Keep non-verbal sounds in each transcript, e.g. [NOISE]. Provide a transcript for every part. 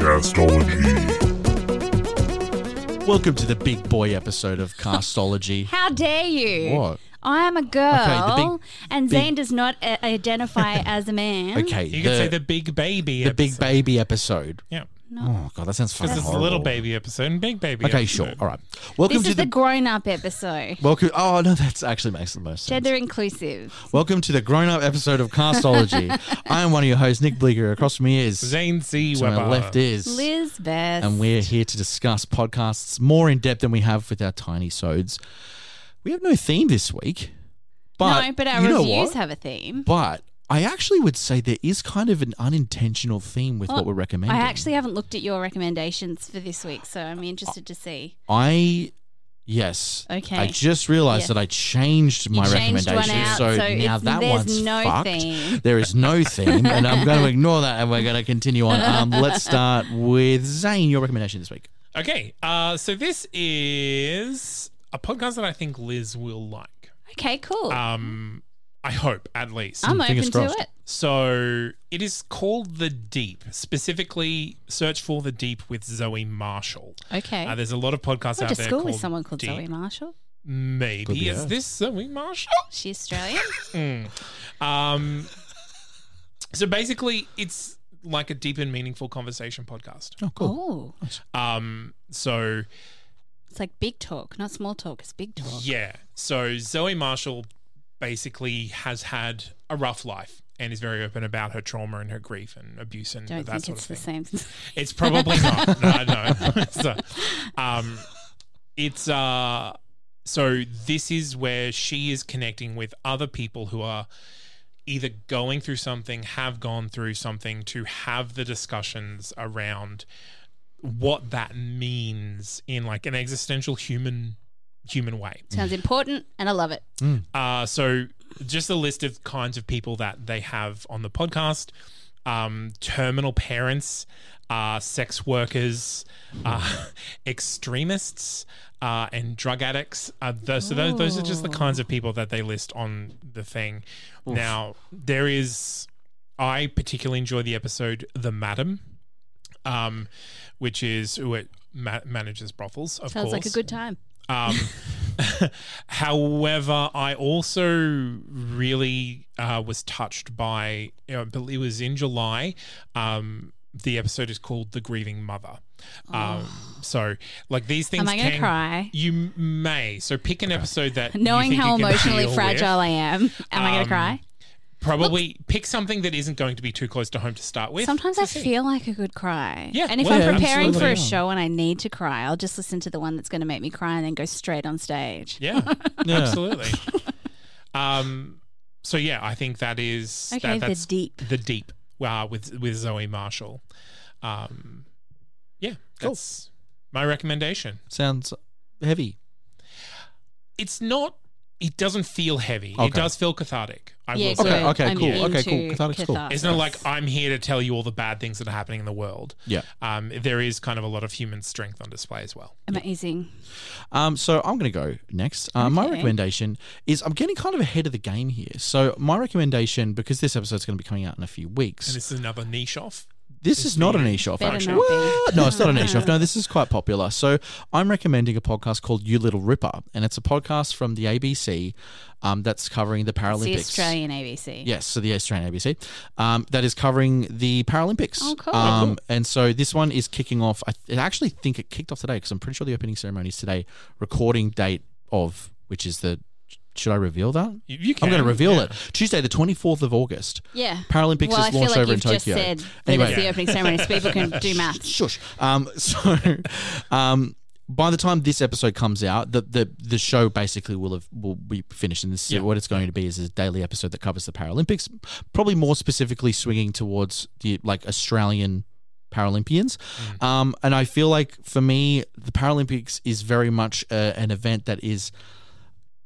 Castology. Welcome to the big boy episode of Castology. How dare you? What? I am a girl, Okay, the big- and big- Zane does not uh, [LAUGHS] identify as a man. Okay, You could say the big baby. the big baby episode. Yeah, Oh god, that sounds fucking because it's the horrible. little baby episode and big baby. Okay, episode. sure. All right. Welcome This to is the, grown-up episode, welcome. Oh no, that's actually makes the most sense. gender inclusive. Welcome to the grown-up episode of [LAUGHS] Castology. I am one of your hosts, Nick Bleeker. Across from me is Zane C. to Weber. my left is Liz Best. and we're here to discuss podcasts more in depth than we have with our tiny sods. We have no theme this week, but no, but our you know reviews what? have a theme. But I actually would say there is kind of an unintentional theme with what we're recommending. I actually haven't looked at your recommendations for this week, so I'm interested to see. I yes. Okay. I just realized Yes. that I changed my changed one recommendation, out, so, so now it's- that there's one's no fucked. theme. There is no theme, and I'm going to ignore that, and we're going to continue on. Um, let's start with Zane. Your recommendation this week. Okay, uh, so this is a podcast that I think Liz will like. Okay, cool. Um, I hope at least. I'm Ah, fingers open to crossed. it. So it is called The Deep. Specifically, search for The Deep with Zoe Marshall. Okay. Ah, Uh, there's a lot of podcasts I went out to there. school with called someone called Deep. Zoe Marshall. Maybe Could be is her. this Zoe Marshall? She's Australian. Um, so basically, it's like a deep and meaningful conversation podcast. Oh, oh, Um, so it's like big talk, not small talk. It's big talk. yeah, so Zoe Marshall basically has had a rough life and is very open about her trauma and her grief and abuse and Don't that think sort it's of thing. the same. [LAUGHS] [LAUGHS] It's probably not. [LAUGHS] No, no. so, um, it's uh, so this is where she is connecting with other people who are either going through something, have gone through something, to have the discussions around what that means in like an existential human human way. Sounds important, and I love it. Uh, so just a list of kinds of people that they have on the podcast: um, terminal parents, uh, sex workers, uh, [LAUGHS] extremists, uh, and drug addicts. Uh, those, so those, those are just the kinds of people that they list on the thing. Now there is, I particularly enjoy the episode "The Madam," um, which is who it ma- manages brothels. Of Sounds course, like a good time. um, [LAUGHS] however, I also really uh, was touched by, you know, I believe it was in July. Um, the episode is called "The Grieving Mother." Um, so, like these things, Oh. Am I gonna can- cry? You m- may. So, pick an episode that you Knowing think how you can emotionally deal fragile with. I am, am I going Um, to cry? Probably pick something that isn't going to be too close to home to start with. Sometimes to I see. feel like a good cry. Yeah, and if well, I'm yeah, preparing for a absolutely. show and I need to cry, I'll just listen to the one that's going to make me cry and then go straight on stage. [LAUGHS] Yeah, Oh, Yeah. absolutely. um, so yeah, I think that is Okay, that, The that's Deep. the deep uh, with with Zoe Marshall. Um, yeah, Cool. that's my recommendation. Sounds heavy. It's not. It doesn't feel heavy. Okay. It does feel cathartic. I Yeah, will so say. Okay, okay, I'm cool, okay, cool. into Cathartic's cool. It's not like I'm here to tell you all the bad things that are happening in the world. Yeah. Um, there is kind of a lot of human strength on display as well. Amazing. Um, so I'm going to go next. Uh, My Okay. recommendation is I'm getting kind of ahead of the game here. So my recommendation, because this episode's going to be coming out in a few And weeks, this is another niche off. this is not an Eshoff. Better Actually, not be. What? no, it's [LAUGHS] not an Eshoff. No, this is quite popular. So I'm recommending a podcast called You Little Ripper, and it's a podcast from the ABC um, that's covering the It's the Paralympics. Australian ABC. Yes, so the Australian ABC um, that is covering the Paralympics. Oh, cool. Um, and so this one is kicking off. I, th- I actually think it kicked off today because I'm pretty sure the opening ceremony is today. Recording date of which is the should I reveal that? You, you I'm can. going to reveal yeah. it Tuesday, the 24th of August. Yeah. Paralympics well, is I feel launched like over you've in just Tokyo. said that Anyway. [LAUGHS] [LAUGHS] it's the opening ceremony, so people can do maths. Shush. Um, so, um, by the time this episode comes out, the the, the show basically will have will be finished. And this is Yeah. what it's going to be is a daily episode that covers the Paralympics, probably more specifically swinging towards the like Australian Paralympians. Mm. Um, and I feel like for me, the Paralympics is very much uh, an event that is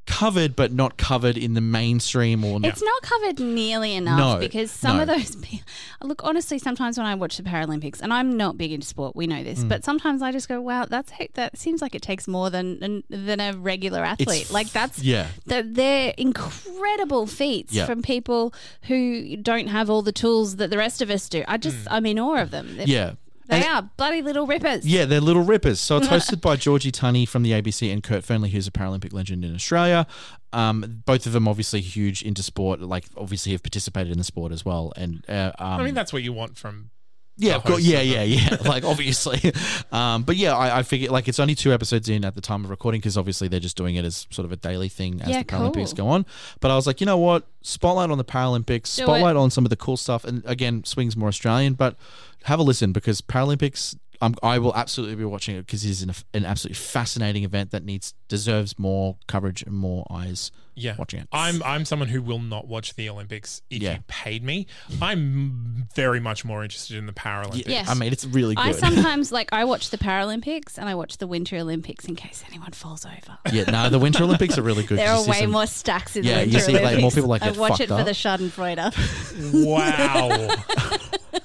covered but not covered in the mainstream or It's not covered nearly enough No, because some of no. those people look honestly. Sometimes when I watch the Paralympics, and I'm not big into sport, we know this, Mm. but sometimes I just go, "Wow, that's that seems like it takes more than than a regular athlete." like that's yeah. they're, they're incredible feats Yeah. from people who don't have all the tools that the rest of us do. I just I'm in awe of them. They're- Mm. Yeah. they are bloody little rippers. Yeah, they're little rippers. So it's hosted by Georgie Tunney from the ABC and Kurt Fernley, who's a Paralympic legend in Australia. Um, both of them obviously huge into sport, like obviously have participated in the sport as well. And uh, um, I mean, that's what you want from. yeah, the of course, host yeah, of yeah, yeah. [LAUGHS] Like obviously, um, but yeah, I, I figure like it's only two episodes in at the time of recording because obviously they're just doing it as sort of a daily thing as Yeah, the Paralympics cool. go on. But I was like, you know what? Spotlight on the Paralympics, Do it. spotlight on some of the cool stuff, and again, swings more Australian. But have a listen because Paralympics, um, I will absolutely be watching it because it is an, an absolutely fascinating event that needs deserves more coverage and more eyes Yeah, watching it. I'm I'm someone who will not watch the Olympics if Yeah. Mm. you paid me. I'm very much more interested in the Paralympics. Yes. I mean, it's really good. I sometimes like I watch the Paralympics and I watch the Winter Olympics in case anyone falls over. yeah, [LAUGHS] no, the Winter Olympics are really good. There 'cause are you see way some- more stacks in Yeah, the you Winter see, like, more Olympics. people, like, I get watch it fucked for the up. [LAUGHS] Schadenfreude. Wow.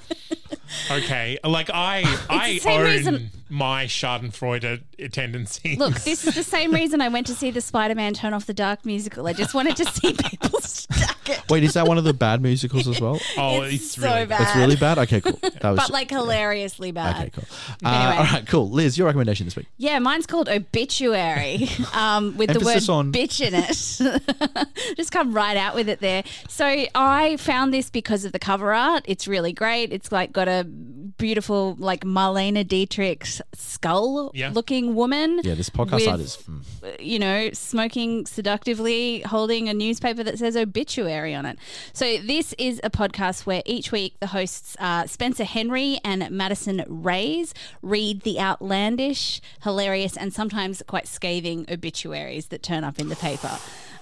okay, like I I the same own reason- my Schadenfreude tendencies. Look, this is the same reason I went to see the Spider-Man Turn Off the Dark musical. I just wanted to [LAUGHS] see people stack it. Wait, is that one of the bad musicals as [LAUGHS] well? oh, it's it's, so really bad. bad. That's really bad. Okay, [LAUGHS] cool. That was But like hilariously bad. okay, cool. Uh, Anyway. All right, cool. Liz, your recommendation this week. Yeah, mine's called obituary, [LAUGHS] um, with Emphasis the word on- bitch in it. [LAUGHS] Just come right out with it there. So I found this because of the cover art. It's really great. It's like got a beautiful like Marlena Dietrich's skull Yeah. looking woman. Yeah, this podcast With- side is. mm. you know, smoking seductively, holding a newspaper that says obituary on it. So, this is a podcast where each week the hosts uh, Spencer Henry and Madison Rays read the outlandish, hilarious, and sometimes quite scathing obituaries that turn up in the paper.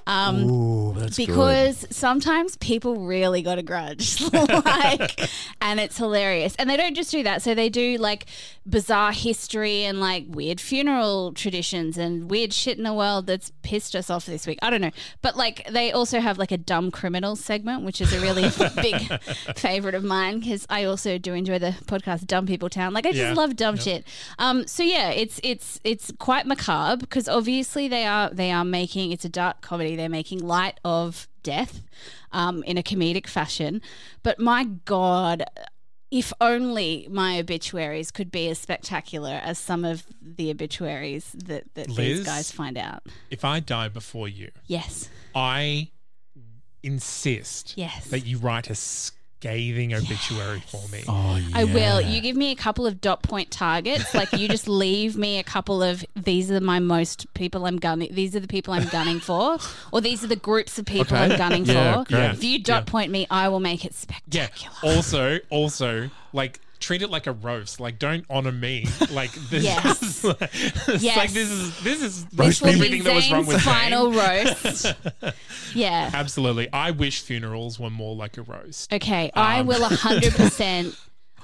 Um, because sometimes people really got a grudge [LAUGHS] like and it's hilarious and they don't just do that so they do like bizarre history and like weird funeral traditions and weird shit in the world that's pissed us off this week i don't know but like they also have like a dumb criminal segment which is a really big favorite of mine because i also do enjoy the podcast dumb people town like i just Yeah. love dumb shit um so yeah it's it's it's quite macabre because obviously they are they are making it's a dark comedy they're making light of death um in a comedic fashion but my god if only my obituaries could be as spectacular as some of the obituaries that, that these Liz? guys find out. If I die before you, Yes. I insist Yes. that you write a scathing obituary for me. Oh, yeah. I will. You give me a couple of dot point targets. Like you [LAUGHS] just leave me a couple of these are my most people I'm gunning. These are the people I'm gunning [LAUGHS] for, or these are the groups of Okay. people I'm gunning Yeah, for. great. If you dot Yeah. point me, I will make it Yeah. spectacular. Also, also, like treat it like a roast. Like don't honor me. [LAUGHS] Like this Yes. is it's Yes. like this is this is This will be everything that was wrong Zane's with final Zane. [LAUGHS] roast. yeah. [LAUGHS] Absolutely. I wish funerals were more like a roast. Okay, um, I [LAUGHS] will 100%.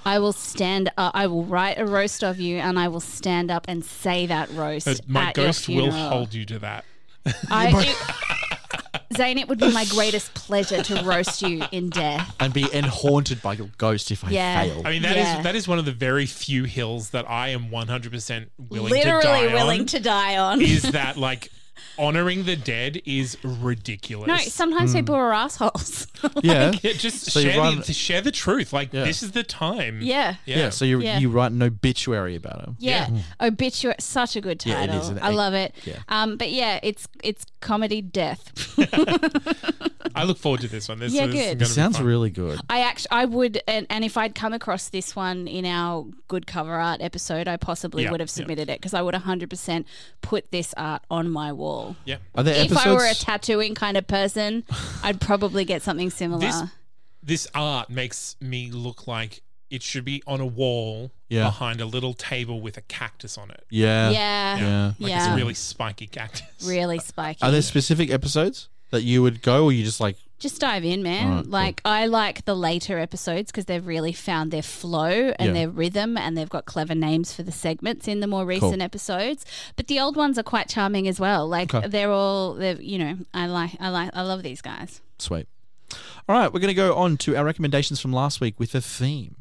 I will stand up. I will write a roast of you and I will stand up and say that roast. But my at your ghost will funeral. hold you to that. I, it, Zane, it would be my greatest pleasure to roast you in death. And [LAUGHS] be and haunted by your ghost if I Yeah. fail. I mean, that is Yeah. that is one of the very few hills that I am one hundred percent willing to Literally die willing on, to [LAUGHS] die on. is that like honoring the dead is ridiculous. No, sometimes Hmm. people are assholes. yeah. yeah, just So you share, run- the, share the truth. Like Yeah. this is the time. [LAUGHS] yeah. yeah. yeah. So you Yeah. you write an obituary about him. Yeah. Obituary. Such a good Yeah, it title. is, isn't it? I love it. Yeah. Um, but yeah, it's it's comedy death. I look forward to this one. This, Yeah, this is good. gonna This be Sounds fun. really good. I actually, I would, and, and if I'd come across this one in our good cover art episode, I possibly Yeah, would have yeah. submitted it 'cause it because I would 100% put this art on my wall. Yeah. Are there If episodes? I were a tattooing kind of person, I'd probably get something similar. This- This art makes me look like It should be on a wall Yeah. behind a little table with a cactus on it. Yeah. yeah. Yeah. Like yeah. it's a really, really spiky cactus. spiky. Are there specific episodes that you would go, or you just like? Just dive in, man. Alright, cool. like I like the later episodes because they've really found their flow and Yeah. their rhythm, and they've got clever names for the segments in the more recent episodes. But the old ones are quite charming as well. Like Okay. they're all, they're, you know, I like, I like, I love these guys. Sweet. All right, we're going to go on to our recommendations from last week with a theme,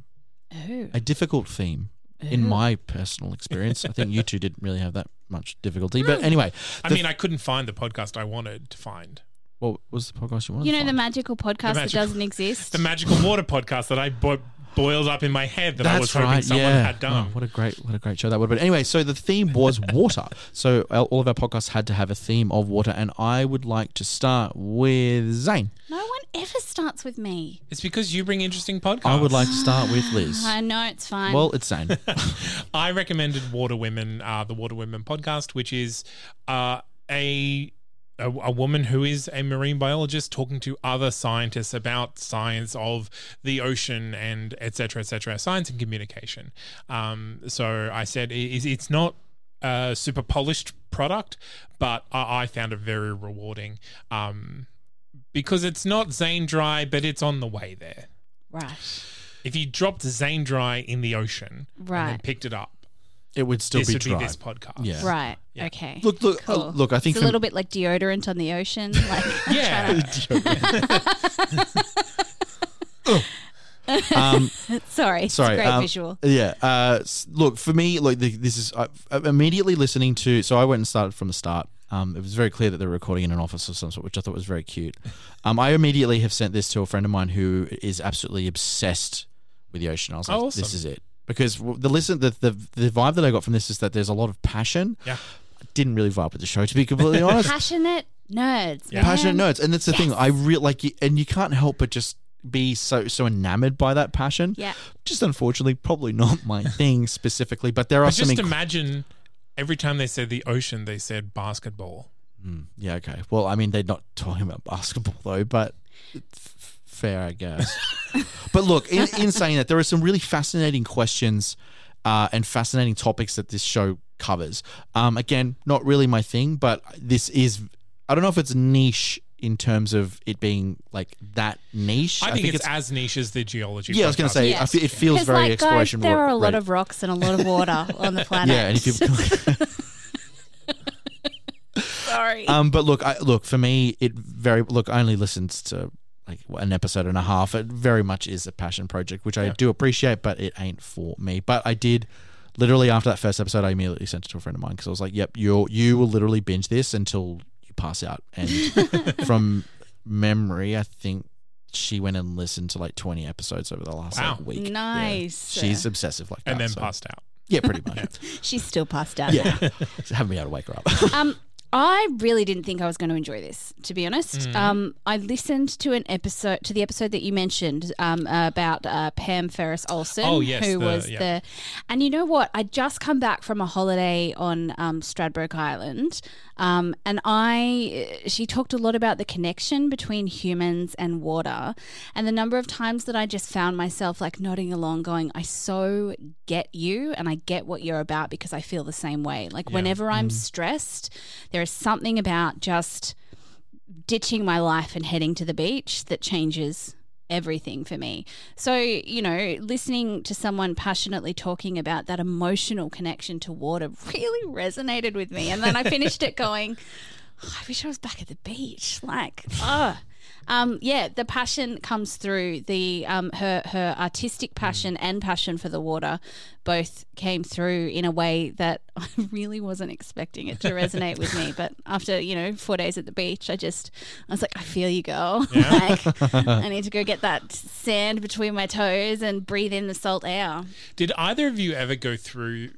Oh, a difficult theme. In my personal experience, I think you two didn't really have that much difficulty. But anyway, I the- mean, I couldn't find the podcast I wanted to find. what was the podcast you wanted? you know to the find? magical podcast that magical- doesn't exist. The Magical Water podcast that I bo- boiled up in my head that I was hoping someone had done. Oh, what a great, what a great show that would have been. Anyway, so the theme [LAUGHS] was water. so our- all of our podcasts had to have a theme of water, and I would like to start with Zane. no one ever starts with me. It's because you bring interesting podcasts. I would like to start with Liz. I know it's fine. Well, it's [LAUGHS] Zane. I recommended Water Women, uh, the Water Women podcast, which is uh, a, a a woman who is a marine biologist talking to other scientists about science of the ocean and et cetera, et cetera, science and communication. Um, so I said i- is it's not a super polished product, but I, I found it very rewarding. Um, because it's not Zane Dry, but it's on the way there. right, If you dropped Zane Dry in the ocean and then Right. picked it up, It would still this be would dry. be this podcast. Yeah. right, okay. Look, look, uh, look, I think it's a for- little bit like deodorant on the ocean. [LAUGHS] Like, [LAUGHS] Yeah. [LAUGHS] um, sorry, it's sorry. a great um, visual. Yeah. Uh, s- look, for me, like the, this is I, I- immediately listening to. So I went and started from the start. Um, it was very clear that they were recording in an office of some sort, which I thought was very cute. Um, I immediately have sent this to a friend of mine who is absolutely obsessed with the ocean. I was like, Awesome. this is it. Because w- the listen, the, the the vibe that I got from this is that there's a lot of passion. Yeah. I didn't really vibe with the show, to be completely [LAUGHS] honest. Passionate nerds, man. passionate nerds and that's the thing i real like y- and you can't help but just be so so enamored by that passion Yeah. just unfortunately probably not [LAUGHS] my thing specifically but there are But some just inc- imagine every time they said the ocean, they said basketball. Hmm, yeah okay well i mean they're not talking about basketball though but f- f- fair i [LAUGHS] guess but look in, in saying that there are some really fascinating questions uh, and fascinating topics that this show covers um, again not really my thing but this is i don't know if it's niche in terms of it being like that niche I, think, it's, as niche as the geology. Yeah, I was going podcast. to say, Yes. I fe- it feels Because, very like, guys, exploration. there wa- are a lot ready. of rocks and a lot [LAUGHS] of water on the planet. yeah, and [LAUGHS] if you, [LAUGHS] sorry, um, but look, I, look for me, it very look. I only listened to like an episode and a half. It very much is a passion project, which I do appreciate, but it ain't for me. But I did. Literally after that first episode, I immediately sent it to a friend of mine because I was like, "Yep, you you will literally binge this until you pass out." And from memory, I think she went and listened to like twenty episodes over the last like, Wow. week. nice. She's obsessive like that. and then so- passed out. Yeah, pretty much. [LAUGHS] She's still passed out. yeah, haven't been able to wake her up. Um, I really didn't think I was going to enjoy this, to be honest. Mm. Um, I listened to an episode to the episode that you mentioned um, about uh, Pam Ferris Olsen, Oh, yes, who the- was yeah. the. And you know what? I just come back from a holiday on um, Stradbroke Island, um, and I she talked a lot about the connection between humans and water, and the number of times that I just found myself like nodding along, going, "I so get you, and I get what you're about because I feel the same way." Like whenever I'm stressed, there is something about just ditching my life and heading to the beach that changes everything for me. So, you know, listening to someone passionately talking about that emotional connection to water [LAUGHS] really resonated with me. And then I finished it going, "Oh, I wish I was back at the beach. Like, oh. Um, yeah, the passion comes through the um, her her artistic passion and passion for the water both came through in a way that [LAUGHS] I really wasn't expecting [LAUGHS] it to resonate with me. But after you know four days at the beach, I just I was like, I feel you, girl. [LAUGHS] [LAUGHS] like I need to go get that sand between my toes and breathe in the salt air. Did either of you ever go through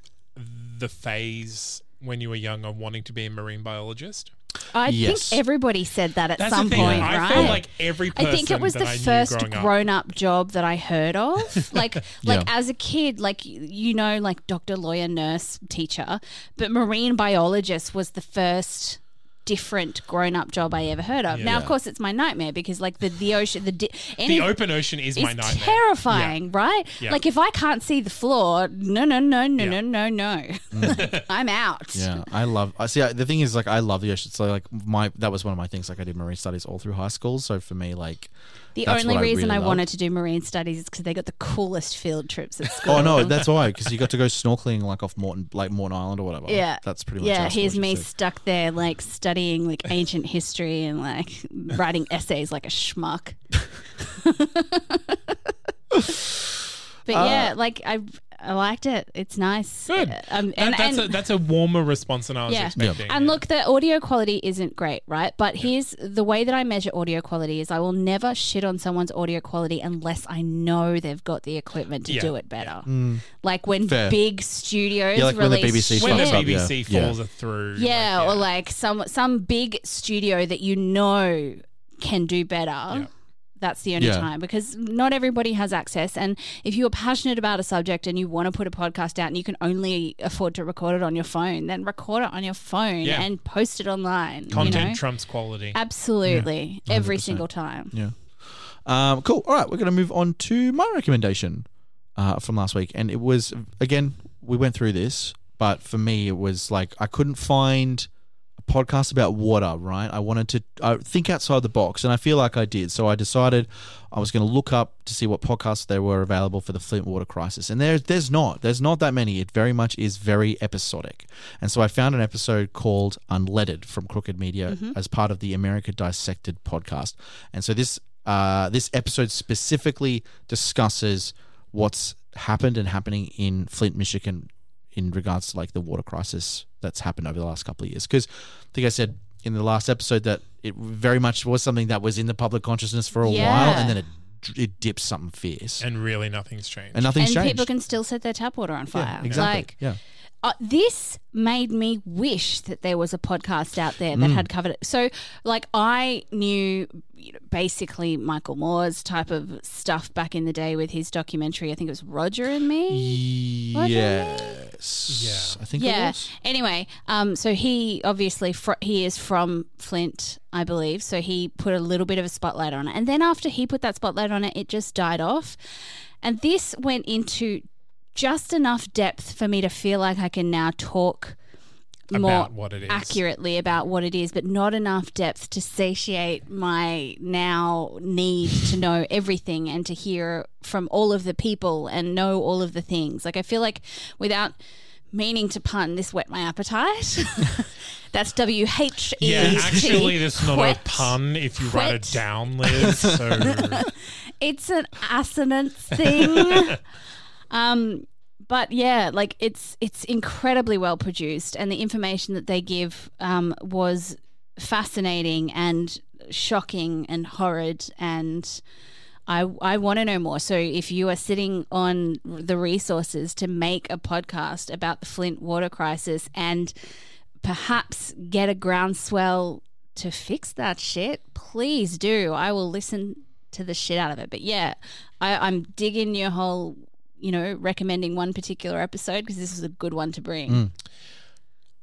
the phase when you were young of wanting to be a marine biologist? I Yes. think everybody said that at That's some the thing. point, I right? felt like every I person think it was that the I knew first growing up- grown-up job that I heard [LAUGHS] of. Like, like as a kid, like y- you know, like doctor, lawyer, nurse, teacher, but marine biologist was the first different grown-up job I ever heard of. now, of course, it's my nightmare because like the the ocean, the di- any, The open ocean is, my nightmare. It's terrifying, right? Yeah. Like if I can't see the floor, no, no, no, no, Yeah. Mm. no, no, [LAUGHS] no, I'm out. Yeah, I love. I see. I, the thing is, like, I love the ocean. So, like, my that was one of my things. Like, I did marine studies all through high school. So for me, like, The That's only what I reason really I love. wanted to do marine studies is because they got the coolest field trips at school. oh no, [LAUGHS] that's why because you got to go snorkeling like off Morton, like Morton Island or whatever. Yeah. that's pretty much. yeah, our school here's me trip, stuck there, like studying like ancient history and like writing essays like a schmuck. [LAUGHS] but Uh, yeah, like I, I liked it. It's nice. Good. Um, That- and that's, and, a, that's a warmer response than I was Yeah. expecting. and look, the audio quality isn't great, right? But here's the way that I measure audio quality is I will never shit on someone's audio quality unless I know they've got the equipment to Yeah. do it better. Like when Mm. Fair. big studios Yeah, like when the release BBC when the fucks up, shit. BBC yeah. falls through. Yeah, like, or like some some big studio that you know can do better. That's the only Yeah. time because not everybody has access. And if you are passionate about a subject and you want to put a podcast out and you can only afford to record it on your phone, then record it on your phone Yeah. and post it online. content you know? trumps quality. Absolutely. Every 100%. single time. so- Um, cool. All right, we're gonna move on to my recommendation uh, from last week, and it was again we went through this, but for me it was like I couldn't find a podcast about water. Right, I wanted to uh, think outside the box, and I feel like I did. So I decided I was gonna look up to see what podcasts there were available for the Flint water crisis, and there there's not there's not that many. It very much is very episodic, and so I found an episode called Unleaded from Crooked Media as part of the America Dissected podcast, and so this uh, this episode specifically discusses what's happened and happening in Flint, Michigan, in regards to like the water crisis that's happened over the last couple of years. Because I think I said in the last episode that it very much was something that was in the public consciousness for a Yeah. while, and then it it dips something fierce, and, and really nothing's changed. nothing's and changed. people can still set their tap water on fire. yeah, exactly. Like, yeah. uh, this made me wish that there was a podcast out there that had covered it. So, like, I knew you know, basically Michael Moore's type of stuff back in the day with his documentary. I think it was Roger and Me. Wasn't Yes. it? I think it Yeah. was. Anyway, um, so he obviously fr- he is from Flint, I believe. So he put a little bit of a spotlight on it, and then after he put that spotlight on it, it just died off. And this went into just enough depth for me to feel like I can now talk more About what it is. accurately about what it is, but not enough depth to satiate my now need to know [LAUGHS] everything and to hear from all of the people and know all of the things. Like I feel like without meaning to pun, this wet my appetite. That's W H E. Yeah, actually, that's not a Wet. pun if you write Quit. it down, [LAUGHS] Liz. So it's an assonance [LAUGHS] thing. um, but yeah, like it's it's incredibly well produced, and the information that they give um, was fascinating and shocking and horrid and. I, I want to know more. So, if you are sitting on the resources to make a podcast about the Flint water crisis and perhaps get a groundswell to fix that shit, please do. I will listen to the shit out of it. But yeah, I, I'm digging your whole, you know, recommending one particular episode because this is a good one to bring. Um,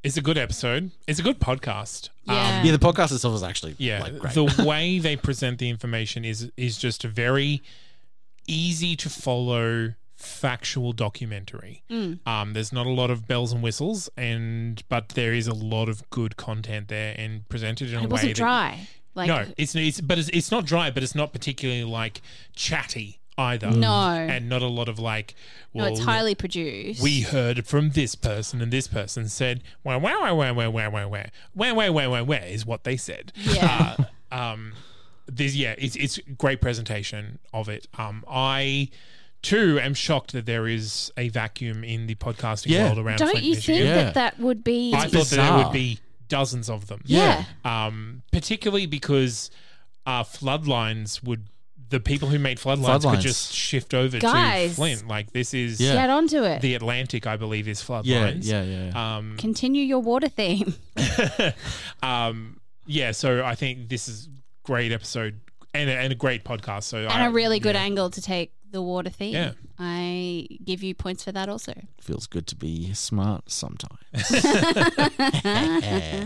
it's a good episode. It's a good podcast. Um, Yeah. Yeah, the podcast itself was actually Yeah, like great. the way they present the information is is just a very easy to follow factual documentary. Mm. Um, there's not a lot of bells and whistles, and but there is a lot of good content there and presented in a it way wasn't that dry. Like, no, it's, it's but it's, it's not dry, but it's not particularly like chatty either. No. and not a lot of like. no, Well, it's highly produced. we heard from this person, and this person said, "Where, where, where, where, where, where, where, where, where, where, where, where, where," is what they said. Yeah. Uh, um, this, yeah, it's it's great presentation of it. Um, I too am shocked that there is a vacuum in the podcasting Yeah. world around. Don't Flint, you Michigan. think Yeah. that that would be? I thought that there bizarre. would be dozens of them yeah. um, particularly because uh, floodlines would the people who made floodlines could Floodlines. just shift over Guys. to Flint. Like this is Yeah. Get onto it. the Atlantic, I believe, is yeah, floodlines. yeah, yeah, yeah. Um, Continue your water theme. um, yeah. So I think this is great episode and a, and a great podcast. [LAUGHS] So and I, a really good yeah. angle to take the water theme. Yeah. I give you points for that also. Feels good to be smart sometimes.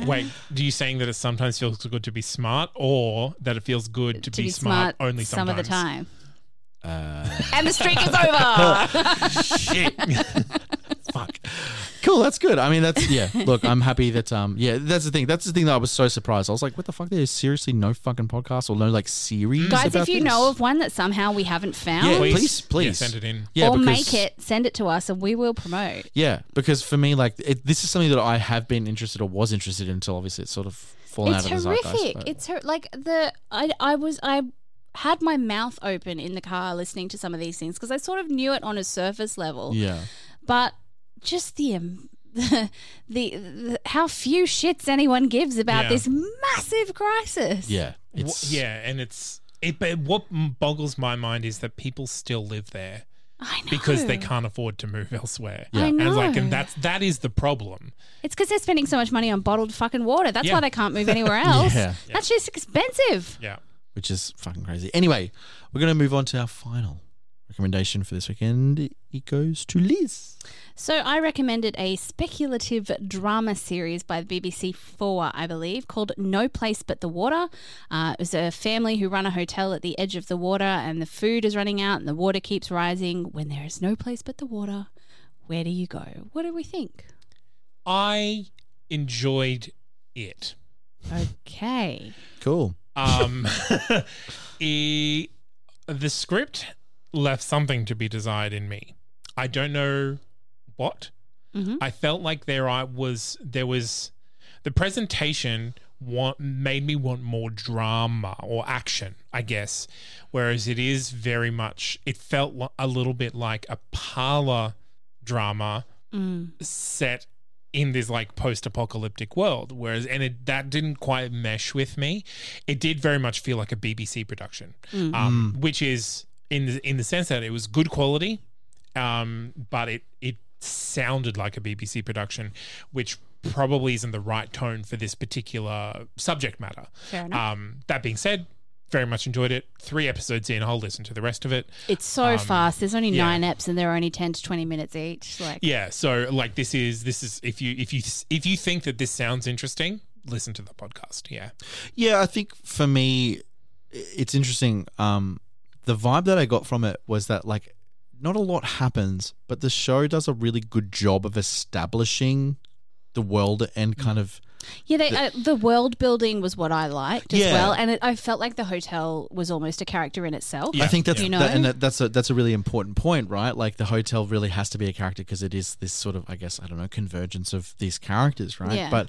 Wait, do you saying that it sometimes feels good to be smart, or that it feels good to, be, smart, only some sometimes? of the time. Uh, And the streak [LAUGHS] is over. fuck. Cool, that's good. I mean, that's [LAUGHS] yeah. Look, I'm happy that um yeah, that's the thing. That's the thing that I was so surprised. I was like, what the fuck? There's seriously no fucking podcast or no like series. [LAUGHS] Guys, about if you this? know of one that somehow we haven't found, yeah, Please, please, yeah, please send it in. Yeah, or because- make it, send it to us and we will promote. Yeah, because for me, like it, this is something that I have been interested or was interested in until obviously it's sort of fallen it's out of horrific. the zeitgeist. but- It's her- like the I I was I had my mouth open in the car listening to some of these things because I sort of knew it on a surface level, yeah, but just the. Um, [LAUGHS] the, the, how few shits anyone gives about Yeah. this massive crisis. yeah, Wha- it's yeah, and it's it. But what m- boggles my mind is that people still live there I know. because they can't afford to move [LAUGHS] elsewhere. I know. And like, and that's that is the problem. It's because they're spending so much money on bottled fucking water. That's Yeah. why they can't move anywhere else. Yeah. That's just expensive. Yeah. which is fucking crazy. Anyway, we're gonna move on to our final recommendation for this weekend. It goes to Liz. So I recommended a speculative drama series by the BBC Four, I believe, called No Place But the Water. Uh, it was a family who run a hotel at the edge of the water, and the food is running out, and the water keeps rising. When there is no place but the water, where do you go? What do we think? I enjoyed it. Okay. Cool. Um, e- the script left something to be desired in me. I don't know what. Mhm. I felt like there I was there was the presentation want made me want more drama or action, I guess. Whereas it is very much it felt li- a little bit like a parlor drama Mm. set in this like post-apocalyptic world whereas and it, that didn't quite mesh with me it did very much feel like a bbc production um, which is in the, in the sense that it was good quality um, but it it sounded like a bbc production which probably isn't the right tone for this particular subject matter Fair enough. um, that being said very much enjoyed it three episodes in i'll listen to the rest of it It's so fast. There's only yeah. nine eps, and they're only ten to twenty minutes each. Like, Yeah, so like this is this is if you if you if you think that this sounds interesting, listen to the podcast. Yeah. Yeah, I think for me, i- it's interesting. Um, the vibe that I got from it was that like, not a lot happens, but the show does a really good job of establishing the world and kind of Yeah, they, uh, the world building was what I liked as Yeah. well, and it, I felt like the hotel was almost a character in itself. Yeah. I think that's You know? that, and that, that's a that's a really important point, right? Like the hotel really has to be a character because it is this sort of, I guess, I don't know, convergence of these characters, right? Yeah. But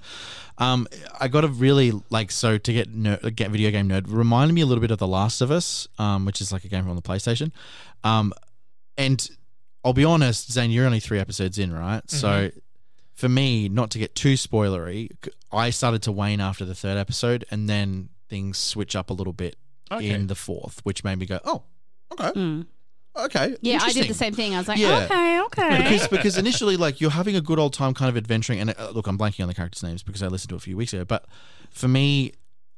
um, I got to really like so to get nerd, get video game nerd reminded me a little bit of The Last of Us, um, which is like a game from the PlayStation, um, and I'll be honest, Zane, you're only three episodes in, right? So for me, not to get too spoilery, c- I started to wane after the third episode, and then things switch up a little bit Okay. in the fourth, which made me go, oh, okay, Mm. okay, Yeah, I did the interesting." same thing. I was like, Yeah. okay, okay. Because, because initially, like you're having a good old time, kind of adventuring. And uh, look, I'm blanking on the characters' names because I listened to it a few weeks ago. But for me,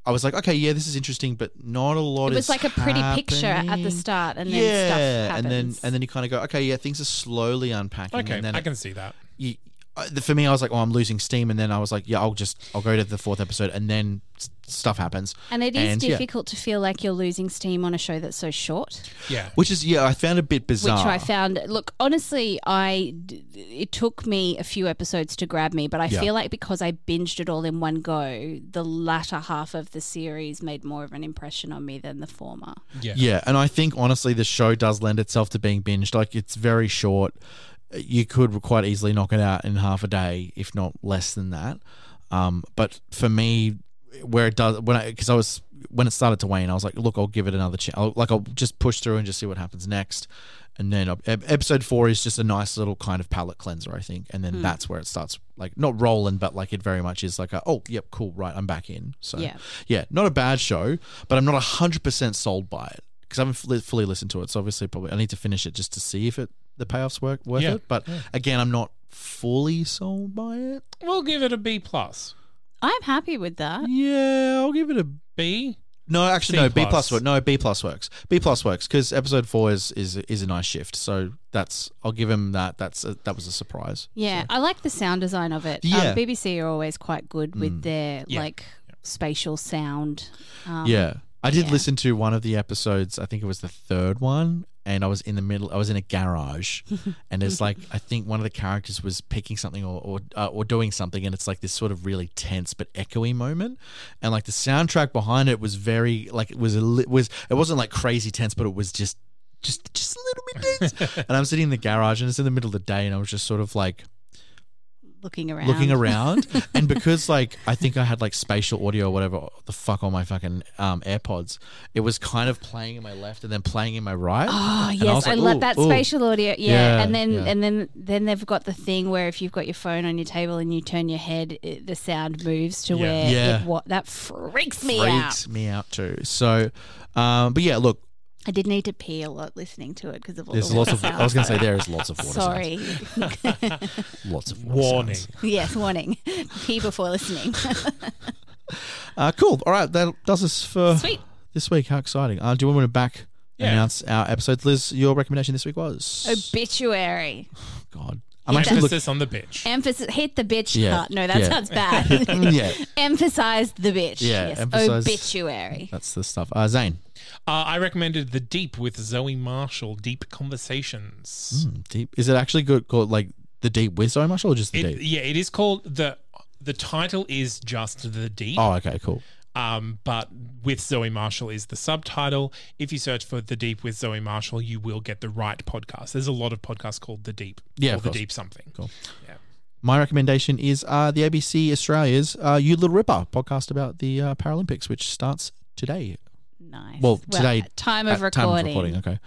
I was like, okay, yeah, this is interesting, but not a lot. It was is like a pretty picture at the happening. start, and then yeah, stuff and happens. then and then you kind of go, okay, yeah, things are slowly unpacking. Okay, and then I it- can see that. you, uh, the- for me, I was like, oh, I'm losing steam, and then I was like, yeah, I'll just I'll go to the fourth episode, and then s- stuff happens. And it is And, yeah. difficult to feel like you're losing steam on a show that's so short. Yeah. Which is yeah, I found a bit bizarre. Which I found. Look, honestly, I d- it took me a few episodes to grab me, but I Yeah. feel like because I binged it all in one go, the latter half of the series made more of an impression on me than the former. Yeah. Yeah, and I think honestly, the show does lend itself to being binged. Like it's very short. You could quite easily knock it out in half a day, if not less than that. Um, but for me, where it does when I because I was when it started to wane, I was like, look, I'll give it another chance. I'll, like I'll just push through and just see what happens next. And then uh, ep- episode four is just a nice little kind of palate cleanser, I think. And then that's where it starts like not rolling, but like it very much is like, a, oh, yep, cool, right, I'm back in. So Yeah. yeah, not a bad show, but I'm not 100% sold by it because I haven't fully, fully listened to it. So obviously, probably I need to finish it just to see if it the payoff's work worth Yeah, it. But again, I'm not fully sold by it. We'll give it a B plus. I'm happy with that. Yeah, I'll give it a B No, actually, C no. B plus. plus works. No, B plus works. B plus works because episode four is is is a nice shift. So that's I'll give him that. That's a, that was a surprise. Yeah, I like the sound design of it. Yeah. Mm. Um, BBC are always quite good with their Yeah. like spatial sound. Um, yeah, I did yeah. listen to one of the episodes. I think it was the third one, and I was in the middle. I was in a [LAUGHS] garage, and it's like I think one of the characters was picking something or or, uh, or doing something, and it's like this sort of really tense but echoey moment, and like the soundtrack behind it was very like it was a li- was it wasn't like crazy tense, but it was just just just a little bit [LAUGHS] tense. and I'm sitting in the garage, and it's in the middle of the day, and I was just sort of like looking around. [LAUGHS] looking around and because like i think i had like spatial audio or whatever the fuck on my fucking um airpods it was kind of playing in my left and then playing in my right Oh And I yes, was I, like, love "Ooh, that ooh." spatial audio. Yeah, Yeah, and then yeah. and then then they've got the thing where if you've got your phone on your table and you turn your head, it, the sound moves to Yeah. where Yeah. It, what that freaks me out. freaks me out too so um but yeah look I did need to pee a lot listening to it because of all there's the lots water of i was sounds. gonna say there is lots of water sounds. Sorry. [LAUGHS] lots of water Warning. sounds. yes, warning. [LAUGHS] Pee before [LAUGHS] listening. uh cool all right that does us for Sweet. this week how exciting uh do you want me to back Yeah. announce our episode liz your recommendation this week was Oh, Obituary. god i'm actually looking Emphasis on the bitch. Emphasis. Hit the bitch. Yeah, part. No, that yeah. [LAUGHS] sounds bad. [LAUGHS] yeah Emphasize the bitch. Yeah, Yes. emphasize- Obituary. that's the stuff uh zane Uh, I recommended The Deep with Zoe Marshall, Deep Conversations. Mm, deep. Is it actually good called like the deep with so much or just the deep? It- yeah, it is called the. The title is just The Deep. Oh, okay, cool. um, but with Zoe Marshall is the subtitle. If you search for The Deep with Zoe Marshall, you will get the right podcast. There's a lot of podcasts called The Deep Yeah, or of The course. Deep something. Cool. Yeah. My recommendation is uh, the ABC Australia's uh, "You Little Ripper" podcast about the uh, Paralympics, which starts today. Nice. Well, today- uh, at time of At recording. Okay,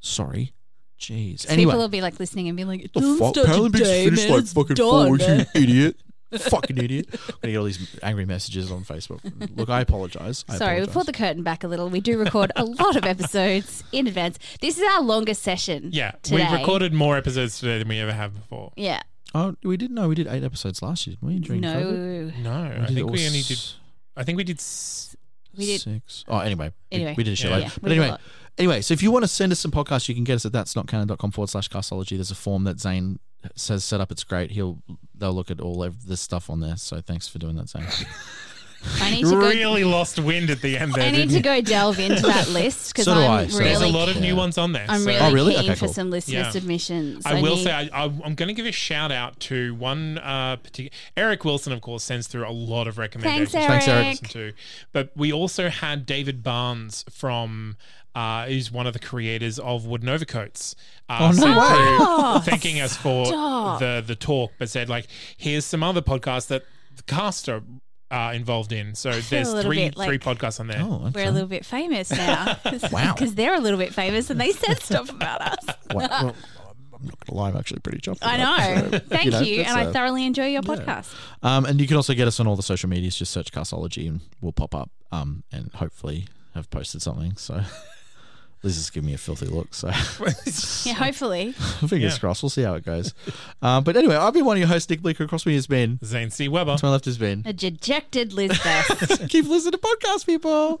sorry. Jeez. People Anyway, will be like listening and be like, the "Don't fuck? start Paralympics today, finished man, like it's fucking done, four, man." you [LAUGHS] idiot. [LAUGHS] fucking idiot. I'm gonna get all these angry messages on Facebook. Look, I apologize. I Sorry, we apologize. pulled the curtain back a little. We do record a lot of episodes in advance. This is our longest session. Yeah. today. We recorded more episodes today than we ever have before. Yeah. Oh, we didn't know we did eight episodes last year, didn't we? During COVID? No. We No, I did think all we only did. s- I think we did. s- We did. six. Oh, anyway, we- Anyway. we, did a show. Yeah. Yeah, we but did a anyway, lot. anyway, so if you want to send us some podcasts, you can get us at that's not canon.com forward slash castology. There's a form that Zane says set up. It's great. He'll they'll look at all of this stuff on there. So thanks for doing [LAUGHS] that, Zane. I need to go. Really lost wind at the end there. I need didn't to go delve into [LAUGHS] that list because So do I, I'm so- we? There's really, a lot of new ones on there. I'm so- really, Oh, really? keen Okay, for cool. some listener Yeah. submissions. I will need- say I, I, I'm going to give a shout out to one uh, particular Eric Wilson, of course, sends through a lot of recommendations. Thanks, Thanks, for us to Eric. listen To, but we also had David Barnes from, uh, who's one of the creators of Wooden Overcoats. Uh, Oh, no sent way. through Oh, thanking us for stop. the the talk, but said like, here's some other podcasts that the cast are uh, involved in. So feel a there's little three bit like- three podcasts on there. Oh, okay. We're a little bit famous now. [LAUGHS] Wow. Because they're a little bit famous and they said stuff about us. Wow. Well, I'm not gonna lie, I'm actually pretty chuffed. I with that. know. So, Thank you. know, that's, and I uh, thoroughly enjoy your yeah. podcast. um, and you can also get us on all the social medias. Just search castology, and we'll pop up. Um, and hopefully have posted something. So. [LAUGHS] Liz is giving me a filthy look, so [LAUGHS] Yeah, hopefully. fingers Yeah. crossed. We'll see how it goes. Um, but anyway, I've been one of your hosts, Nick Bleeker. Across me has been, Zane C. Weber. to my left has been. A dejected Liz Best. Keep listening to podcasts, people.